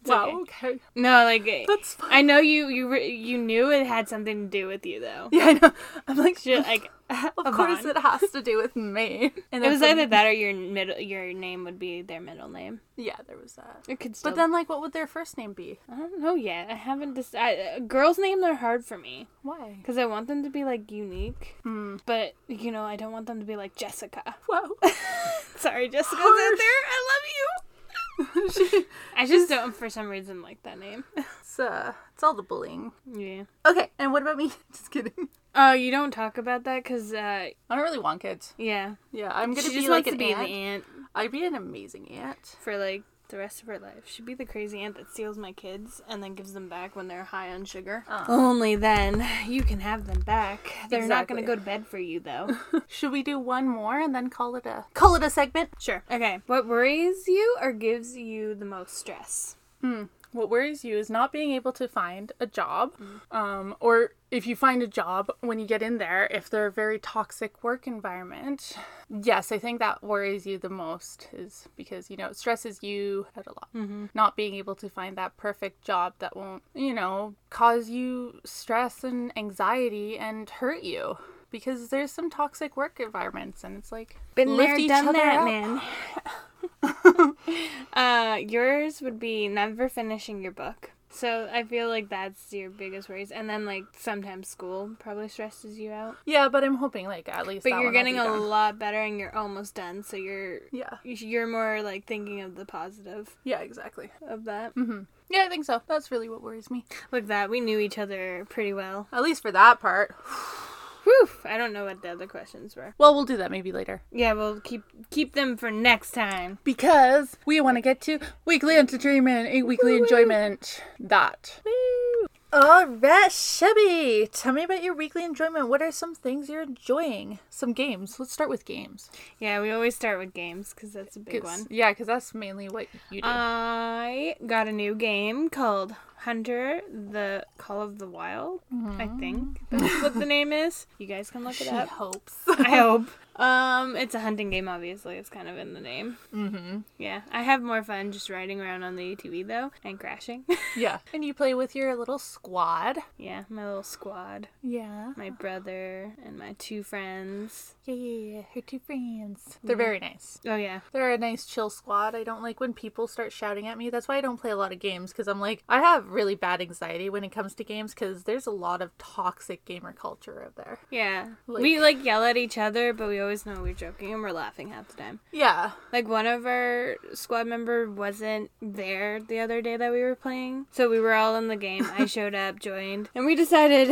Speaker 2: It's
Speaker 1: wow.
Speaker 2: okay.
Speaker 1: Okay.
Speaker 2: No, like it-
Speaker 1: That's fine.
Speaker 2: I know you you re- you knew it had something to do with you though.
Speaker 1: Yeah, I know. I'm like,
Speaker 2: She- like
Speaker 1: of course it has to do with me. And
Speaker 2: It was
Speaker 1: then-
Speaker 2: either that or your middle your name would be their middle name.
Speaker 1: Yeah, there was that.
Speaker 2: It could still.
Speaker 1: But then, like, what would their first name be?
Speaker 2: I don't know yet. I haven't decided. Girls' names are hard for me
Speaker 1: Why?
Speaker 2: because I want them to be like unique, but you know I don't want them to be like Jessica.
Speaker 1: Wow.
Speaker 2: Sorry, Jessica's out
Speaker 1: Harsh.
Speaker 2: there. I love
Speaker 1: She-
Speaker 2: you. I just don't for some reason like that name.
Speaker 1: it's, uh, it's all the bullying.
Speaker 2: yeah.
Speaker 1: Okay, and what about me? Just kidding.
Speaker 2: Oh, you don't talk about that because uh,
Speaker 1: I don't really want kids.
Speaker 2: yeah,
Speaker 1: Yeah, I'm gonna be
Speaker 2: she just
Speaker 1: like an
Speaker 2: wants to be
Speaker 1: aunt.
Speaker 2: the aunt
Speaker 1: I'd be an amazing aunt.
Speaker 2: for like the rest of her life. She'd be the crazy aunt that steals my kids and then gives them back when they're high on sugar. Only then you can have them back. They're not going
Speaker 1: Exactly.
Speaker 2: to go to bed for you though.
Speaker 1: Should we do one more and then call it a call it a segment?
Speaker 2: sure. Okay. What worries you or gives you the most stress?
Speaker 1: What worries you is not being able to find a job, um, or if you find a job when you get in there, if they're a very toxic work environment. Yes, I think that worries you the most is because you know it stresses you out a lot. Not being able to find that perfect job that won't you know cause you stress and anxiety and hurt you. Because there's some toxic work environments, and it's like
Speaker 2: Been
Speaker 1: lift
Speaker 2: there,
Speaker 1: each
Speaker 2: done
Speaker 1: other
Speaker 2: that,
Speaker 1: up.
Speaker 2: man. uh, yours would be never finishing your book. So I feel like that's your biggest worries, and then like sometimes school probably stresses you out.
Speaker 1: Yeah, but I'm hoping like at least.
Speaker 2: But
Speaker 1: that
Speaker 2: you're
Speaker 1: one will
Speaker 2: getting
Speaker 1: be
Speaker 2: a
Speaker 1: done.
Speaker 2: lot better, and you're almost done. So you're
Speaker 1: Yeah.
Speaker 2: you're more like thinking of the positive
Speaker 1: Yeah, exactly.
Speaker 2: of that.
Speaker 1: Yeah, I think so. That's really what worries me.
Speaker 2: Like that, we knew each other pretty well.
Speaker 1: At least for that part.
Speaker 2: Whew! I don't know what the other questions were.
Speaker 1: Well, we'll do that maybe later.
Speaker 2: Yeah, we'll keep keep them for next time.
Speaker 1: Because we want to get to weekly entertainment and weekly enjoyment. That. All right, Chevy, tell me about your weekly enjoyment. What are some things you're enjoying? Some games. Let's start with games.
Speaker 2: Yeah, we always start with games because that's a big
Speaker 1: 'Cause-
Speaker 2: one.
Speaker 1: Yeah, because that's mainly what you do.
Speaker 2: I got a new game called Hunter: The Call of the Wild. I think that's what the name is. You guys can look it
Speaker 1: she
Speaker 2: up.
Speaker 1: hopes.
Speaker 2: I hope. Um, it's a hunting game. Obviously, it's kind of in the name. Mm-hmm. Yeah, I have more fun just riding around on the ATV though and crashing.
Speaker 1: yeah. And you play with your little squad.
Speaker 2: yeah, my little squad,
Speaker 1: Yeah.
Speaker 2: my brother and my two friends.
Speaker 1: Yeah, yeah, yeah. Her two friends. They're very nice.
Speaker 2: Oh yeah,
Speaker 1: They're a nice chill squad. I don't like when people start shouting at me. That's why I don't play a lot of games because I'm like, I have really bad anxiety when it comes to games because there's a lot of toxic gamer culture out there.
Speaker 2: yeah.
Speaker 1: Like-
Speaker 2: we like yell at each other, but we always know we're joking and we're laughing half the time.
Speaker 1: Yeah.
Speaker 2: Like one of our squad member wasn't there the other day that we were playing, so we were all in the game. I showed up, joined, and we decided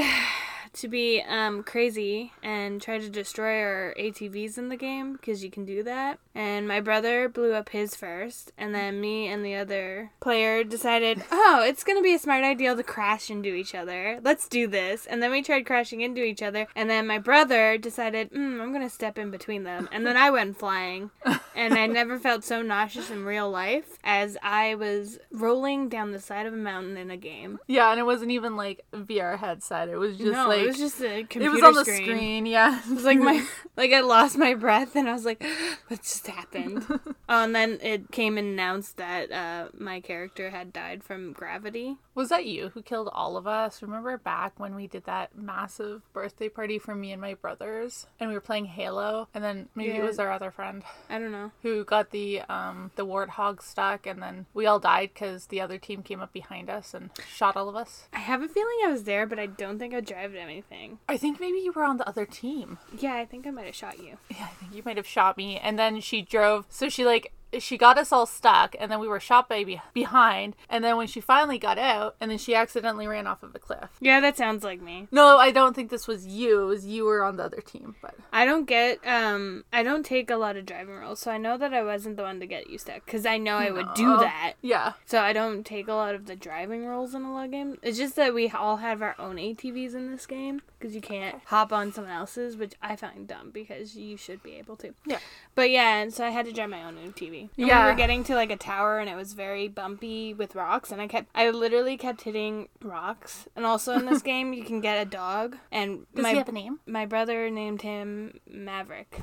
Speaker 2: to be um, crazy and try to destroy our ATVs in the game because you can do that. And my brother blew up his first, and then me and the other player decided, oh, it's gonna be a smart idea to crash into each other. Let's do this. And then we tried crashing into each other, and then my brother decided, mm, I'm gonna step in between them, and then I went flying. and I never felt so nauseous in real life as I was rolling down the side of a mountain in a game.
Speaker 1: Yeah. And it wasn't even like VR headset. It was just
Speaker 2: no,
Speaker 1: like,
Speaker 2: it was just a computer
Speaker 1: it was on the
Speaker 2: screen.
Speaker 1: screen. Yeah.
Speaker 2: It was like my like I lost my breath and I was like, what just happened? oh, and then it came and announced that uh, my character had died from gravity.
Speaker 1: Was that you who killed all of us? Remember back when we did that massive birthday party for me and my brothers and we were playing Halo and then maybe
Speaker 2: Yeah.
Speaker 1: it was our other friend
Speaker 2: I don't know.
Speaker 1: who got the um the warthog stuck and then we all died cuz the other team came up behind us and shot all of us.
Speaker 2: I have a feeling I was there, but I don't think I drove anything.
Speaker 1: I think maybe you were on the other team.
Speaker 2: Yeah, I think I might have shot you.
Speaker 1: Yeah, I think you might have shot me and then she drove so she like she got us all stuck and then we were shot by be- behind and then when she finally got out and then she accidentally ran off of a cliff.
Speaker 2: Yeah, that sounds like me.
Speaker 1: No, I don't think this was you. It was you were on the other team, but
Speaker 2: I don't get um I don't take a lot of driving rules, so I know that I wasn't the one to get you stuck cuz I know I would do
Speaker 1: No.
Speaker 2: that.
Speaker 1: Yeah.
Speaker 2: So I don't take a lot of the driving rules in a lot of games. It's just that we all have our own ATVs in this game because you can't hop on someone else's, which I find dumb because you should be able to.
Speaker 1: Yeah.
Speaker 2: But yeah, and so I had to drive my own ATV. And We
Speaker 1: Yeah.
Speaker 2: were getting to like a tower and it was very bumpy with rocks, and I kept I literally kept hitting rocks. And also in this game, you can get a dog and
Speaker 1: Does
Speaker 2: my
Speaker 1: he have a name?
Speaker 2: my brother named him Maverick.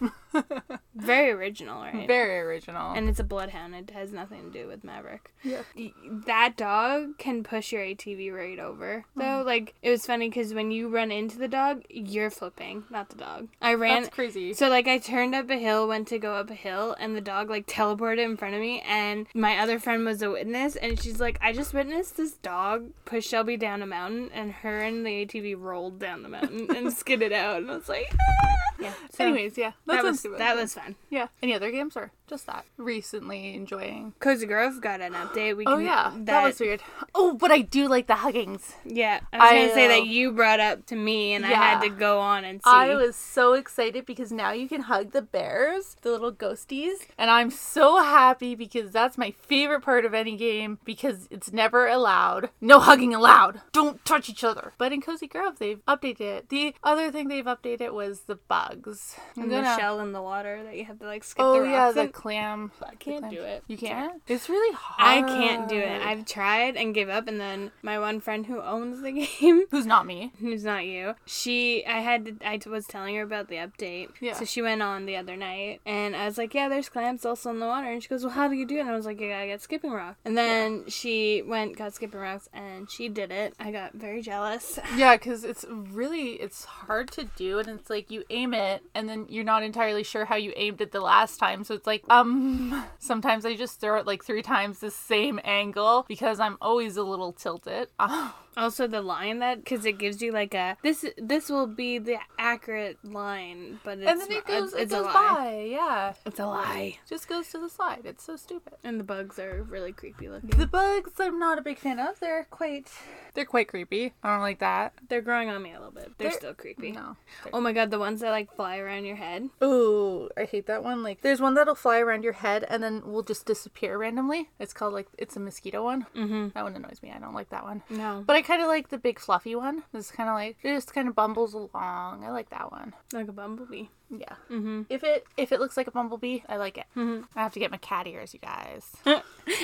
Speaker 2: Very original, right?
Speaker 1: Very original.
Speaker 2: and it's a bloodhound. It has nothing to do with Maverick.
Speaker 1: yeah.
Speaker 2: Y- That dog can push your ATV right over.
Speaker 1: Oh.
Speaker 2: Though, like it was funny because when you run into the dog, you're flipping, not the dog. I ran.
Speaker 1: That's crazy.
Speaker 2: So like I turned up a hill, went to go up a hill, and the dog like teleported in front of me. And my other friend was a witness, and she's like, "I just witnessed this dog push Shelby down a mountain, and her and the ATV rolled down the mountain and skidded out." And I was like, "Ah." "Yeah." So
Speaker 1: Anyways, yeah.
Speaker 2: that
Speaker 1: That,
Speaker 2: was
Speaker 1: sounds good.
Speaker 2: that was fun.
Speaker 1: yeah. Any other games or just that? Recently enjoying.
Speaker 2: Cozy Grove got an update. We
Speaker 1: Oh
Speaker 2: can,
Speaker 1: yeah, that, was weird. Oh, but I do like the huggings.
Speaker 2: Yeah, I was
Speaker 1: I,
Speaker 2: gonna say
Speaker 1: uh,
Speaker 2: that you brought up to me, and I had to
Speaker 1: Yeah.
Speaker 2: go on and see.
Speaker 1: I was so excited because now you can hug the bears, the little ghosties, and I'm so happy because that's my favorite part of any game because it's never allowed. No hugging allowed. Don't touch each other. But in Cozy Grove, they've updated it. The other thing they've updated was the bugs. I'm
Speaker 2: and
Speaker 1: gonna-
Speaker 2: the shell in the water that you have to like skip the
Speaker 1: Oh
Speaker 2: rocks.
Speaker 1: yeah, the
Speaker 2: in.
Speaker 1: clam.
Speaker 2: I can't do it.
Speaker 1: You can't. It's really
Speaker 2: I
Speaker 1: hard.
Speaker 2: can't do it. I've tried and give up, and then my one friend who owns the game,
Speaker 1: Who's not me?
Speaker 2: who's not you, she, I had, I was telling her about the update.
Speaker 1: Yeah.
Speaker 2: So she went on the other night, and I was like, "Yeah, there's clams also in the water," and she goes, "Well, how do you do it?" And I was like, "You gotta get skipping rock." And then she went, got skipping rocks, and she did it. I got very jealous.
Speaker 1: Yeah, because it's really it's hard to do, and it's like you aim it, and then you're not entirely sure how you aimed it the last time. So it's like um, sometimes I just throw it like three times the same angle because I'm always a little tilted.
Speaker 2: Also, the line that because it gives you like a this this will be the accurate line, but it's
Speaker 1: and then it
Speaker 2: not-
Speaker 1: goes,
Speaker 2: it's,
Speaker 1: it
Speaker 2: a
Speaker 1: goes
Speaker 2: lie.
Speaker 1: by, yeah,
Speaker 2: It's a lie.
Speaker 1: just goes to the side. It's so stupid.
Speaker 2: And the bugs are really creepy looking.
Speaker 1: The bugs, I'm not a big fan of. They're quite, they're quite creepy. I don't like that.
Speaker 2: They're growing on me a little bit. They're,
Speaker 1: They're-
Speaker 2: still creepy.
Speaker 1: No.
Speaker 2: Oh my god, the ones that like fly around your head.
Speaker 1: Ooh, I hate that one. Like, there's one that'll fly around your head and then will just disappear randomly. It's called like it's a mosquito one. Mm-hmm. That one annoys me. I don't like that one.
Speaker 2: No.
Speaker 1: But I kind of like the big fluffy one. It's kind of like it just kind of bumbles along. I like that one.
Speaker 2: Like a bumblebee.
Speaker 1: Yeah. Mm-hmm. If it if it looks like a bumblebee, I like it. Mm-hmm. I have to get my cat ears, you guys.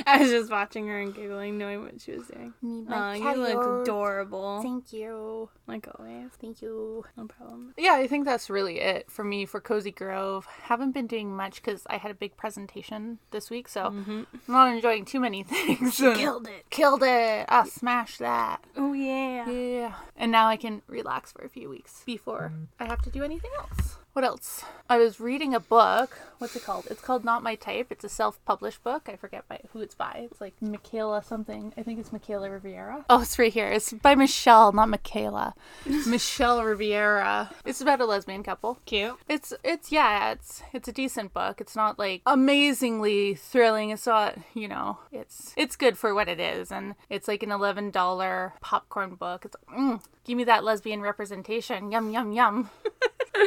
Speaker 2: I was just watching her and giggling, knowing what she was doing.
Speaker 1: Need
Speaker 2: Oh,
Speaker 1: my
Speaker 2: you
Speaker 1: cat
Speaker 2: look
Speaker 1: ears.
Speaker 2: adorable.
Speaker 1: Thank you.
Speaker 2: Like always.
Speaker 1: Thank you.
Speaker 2: No problem.
Speaker 1: Yeah, I think that's really it for me for Cozy Grove. Haven't been doing much because I had a big presentation this week, so I'm not enjoying too many things.
Speaker 2: Mm-hmm. Killed it.
Speaker 1: Killed it. Ah, smash that.
Speaker 2: Oh yeah.
Speaker 1: Yeah. And now I can relax for a few weeks before I have to do anything else. What else? I was reading a book. What's it called? It's called Not My Type. It's a self-published book. I forget by who it's by. It's like Michaela something. I think it's Michaela Riviera. Oh, it's right here. It's by Michelle, not Michaela. Michelle Riviera. It's about a lesbian couple.
Speaker 2: Cute.
Speaker 1: It's it's yeah, it's it's a decent book. It's not like amazingly thrilling. It's not you know, it's it's good for what it is, and it's like an eleven dollar popcorn book. It's mm, give me that lesbian representation. Yum yum yum.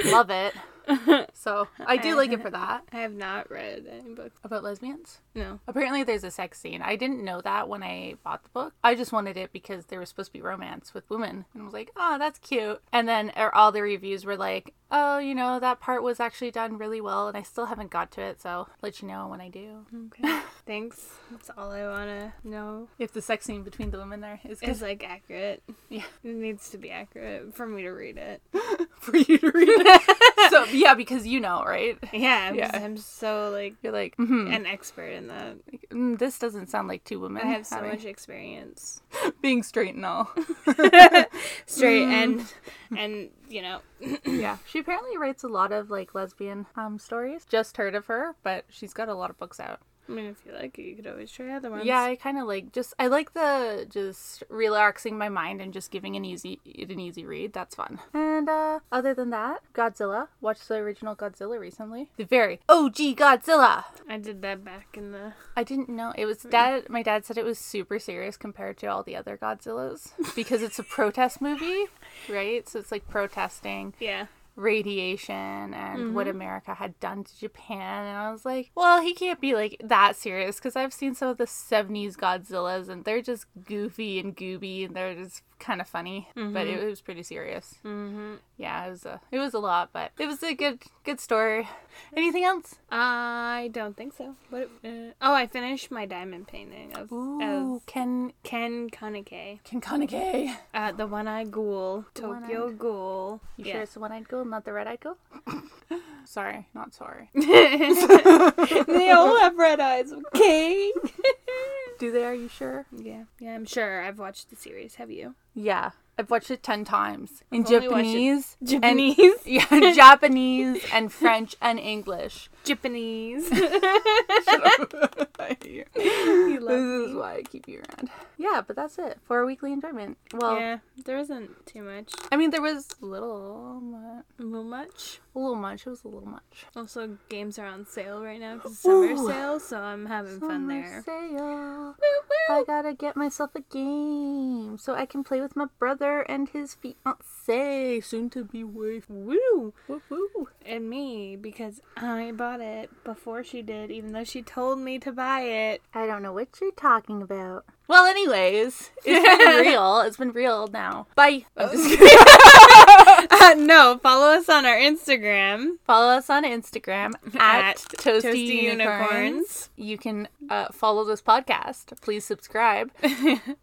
Speaker 1: Love it. So I do like it for that
Speaker 2: I have not read any books.
Speaker 1: about lesbians.
Speaker 2: No.
Speaker 1: Apparently, there's a sex scene. I didn't know that when I bought the book. I just wanted it because there was supposed to be romance with women, and I was like, "Oh, that's cute." And then er, all the reviews were like, "Oh, you know, that part was actually done really well, and I still haven't got to it, so I'll let you know when I do."
Speaker 2: Okay. Thanks. That's all I wanna know.
Speaker 1: If the sex scene between the women there is
Speaker 2: It's
Speaker 1: good
Speaker 2: like accurate.
Speaker 1: Yeah.
Speaker 2: It needs to be accurate for me to read it.
Speaker 1: for you to read it, so yeah, because you know, right?
Speaker 2: Yeah. I'm,
Speaker 1: Yeah.
Speaker 2: Just, I'm so like
Speaker 1: You're like, "Mhm,
Speaker 2: an expert in that.
Speaker 1: mm, "This doesn't sound like two women."
Speaker 2: I have so
Speaker 1: having-
Speaker 2: much experience.
Speaker 1: being straight and all.
Speaker 2: Straight
Speaker 1: Mm.
Speaker 2: and and you know
Speaker 1: Yeah, she apparently writes a lot of like lesbian um stories. Just heard of her, but she's got a lot of books out.
Speaker 2: I mean if you like it you could always try other ones.
Speaker 1: Yeah, I kind of like just I like the just relaxing my mind and just giving an easy it an easy read. That's fun. And uh other than that, Godzilla. Watched the original Godzilla recently. The very OG Godzilla.
Speaker 2: I did that back in the
Speaker 1: I didn't know it was dad. My dad said it was super serious compared to all the other Godzillas because it's a protest movie, right? So it's like protesting.
Speaker 2: Yeah.
Speaker 1: radiation and what America had done to Japan. And I was like, well, he can't be like that serious because I've seen some of the 70s Godzillas and they're just goofy and gooby and they're just kind of funny. But it, was pretty serious. Mm-hmm. Yeah, it was a it was a lot, but it was a good good story. Anything else?
Speaker 2: I don't think so. What uh, oh I finished my diamond painting of,
Speaker 1: Ooh,
Speaker 2: of
Speaker 1: Ken
Speaker 2: Ken Kaneke.
Speaker 1: Ken Kaneki.
Speaker 2: Uh, the one eyed ghoul.
Speaker 1: one-eyed-
Speaker 2: Tokyo ghoul.
Speaker 1: You sure it's the one-eyed girl, not the red-eyed girl? sorry, not sorry.
Speaker 2: they all have red eyes, okay?
Speaker 1: Do they? Are you sure?
Speaker 2: yeah. Yeah, I'm sure. I've watched the series. Have you?
Speaker 1: Yeah, I've watched it ten times in
Speaker 2: only watched it-
Speaker 1: Japanese, and-
Speaker 2: Japanese.
Speaker 1: yeah, Japanese and French and English.
Speaker 2: Japanese.
Speaker 1: this
Speaker 2: you love
Speaker 1: is why I keep you around. Yeah, but that's it for our weekly enjoyment. Well,
Speaker 2: Yeah, there isn't too much.
Speaker 1: I mean, there was a little, mu-
Speaker 2: A little much.
Speaker 1: a little much. It was a little much.
Speaker 2: Also, games are on sale right now because summer
Speaker 1: Ooh.
Speaker 2: sale, so I'm having fun
Speaker 1: Summer
Speaker 2: there.
Speaker 1: sale. uh, I gotta get myself a game so I can play with my brother and his fiance, soon to be wife.
Speaker 2: Woo!
Speaker 1: Woo woo.
Speaker 2: And me, because I bought it before she did, even though she told me to buy it.
Speaker 1: I don't know what you're talking about. Well, anyways, it's been real. It's been real now. Bye. I'm just kidding.
Speaker 2: Uh, no, follow us on our Instagram.
Speaker 1: Follow us on Instagram at, Toasty,
Speaker 2: Toasty
Speaker 1: Unicorns.
Speaker 2: Unicorns.
Speaker 1: You can uh, follow this podcast. Please subscribe.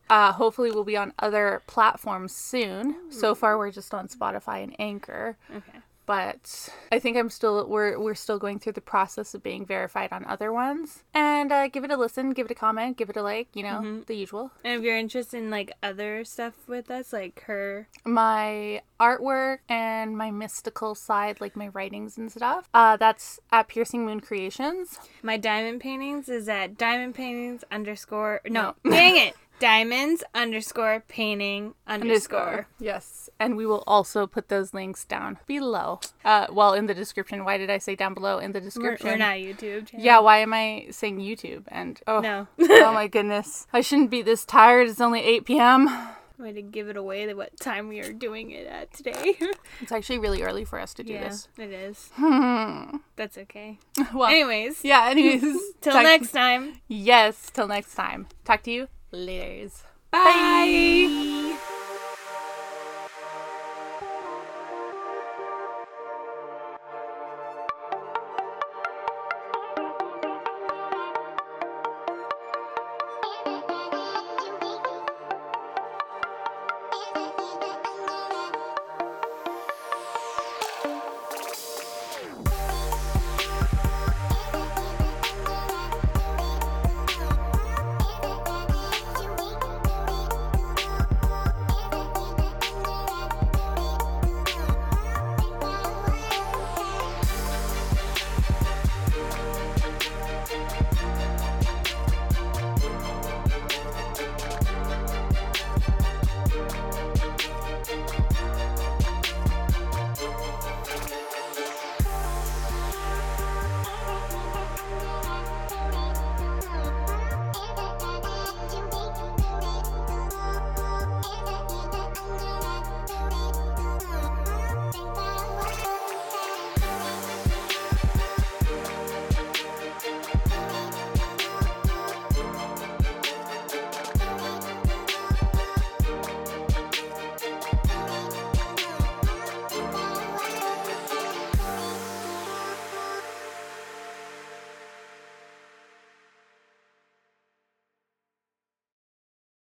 Speaker 1: uh, hopefully, we'll be on other platforms soon. So far, we're just on Spotify and Anchor.
Speaker 2: Okay.
Speaker 1: But I think I'm still we're we're still going through the process of being verified on other ones. And uh, give it a listen, give it a comment, give it a like. You know the usual.
Speaker 2: And if you're interested in like other stuff with us, like her,
Speaker 1: my artwork and my mystical side, like my writings and stuff. Uh, that's at Piercing Moon Creations.
Speaker 2: my diamond paintings is at diamond paintings underscore no,
Speaker 1: No.
Speaker 2: dang it, diamonds underscore painting underscore.
Speaker 1: Yes. And we will also put those links down below. Uh, well, in the description. Why did I say down below? In the
Speaker 2: We're,
Speaker 1: description.
Speaker 2: we're not YouTube. Channel.
Speaker 1: Yeah, why am I saying YouTube? And oh,
Speaker 2: No.
Speaker 1: oh my goodness. I shouldn't be this tired. It's only 8 p.m.
Speaker 2: Way to give it away that what time we are doing it at today.
Speaker 1: It's actually really early for us to do
Speaker 2: yeah,
Speaker 1: this.
Speaker 2: it is.
Speaker 1: Hmm.
Speaker 2: That's okay.
Speaker 1: Well,
Speaker 2: Anyways,
Speaker 1: yeah, anyways.
Speaker 2: till
Speaker 1: talk-
Speaker 2: next time.
Speaker 1: Yes, till next time. Talk to you later.
Speaker 2: Bye.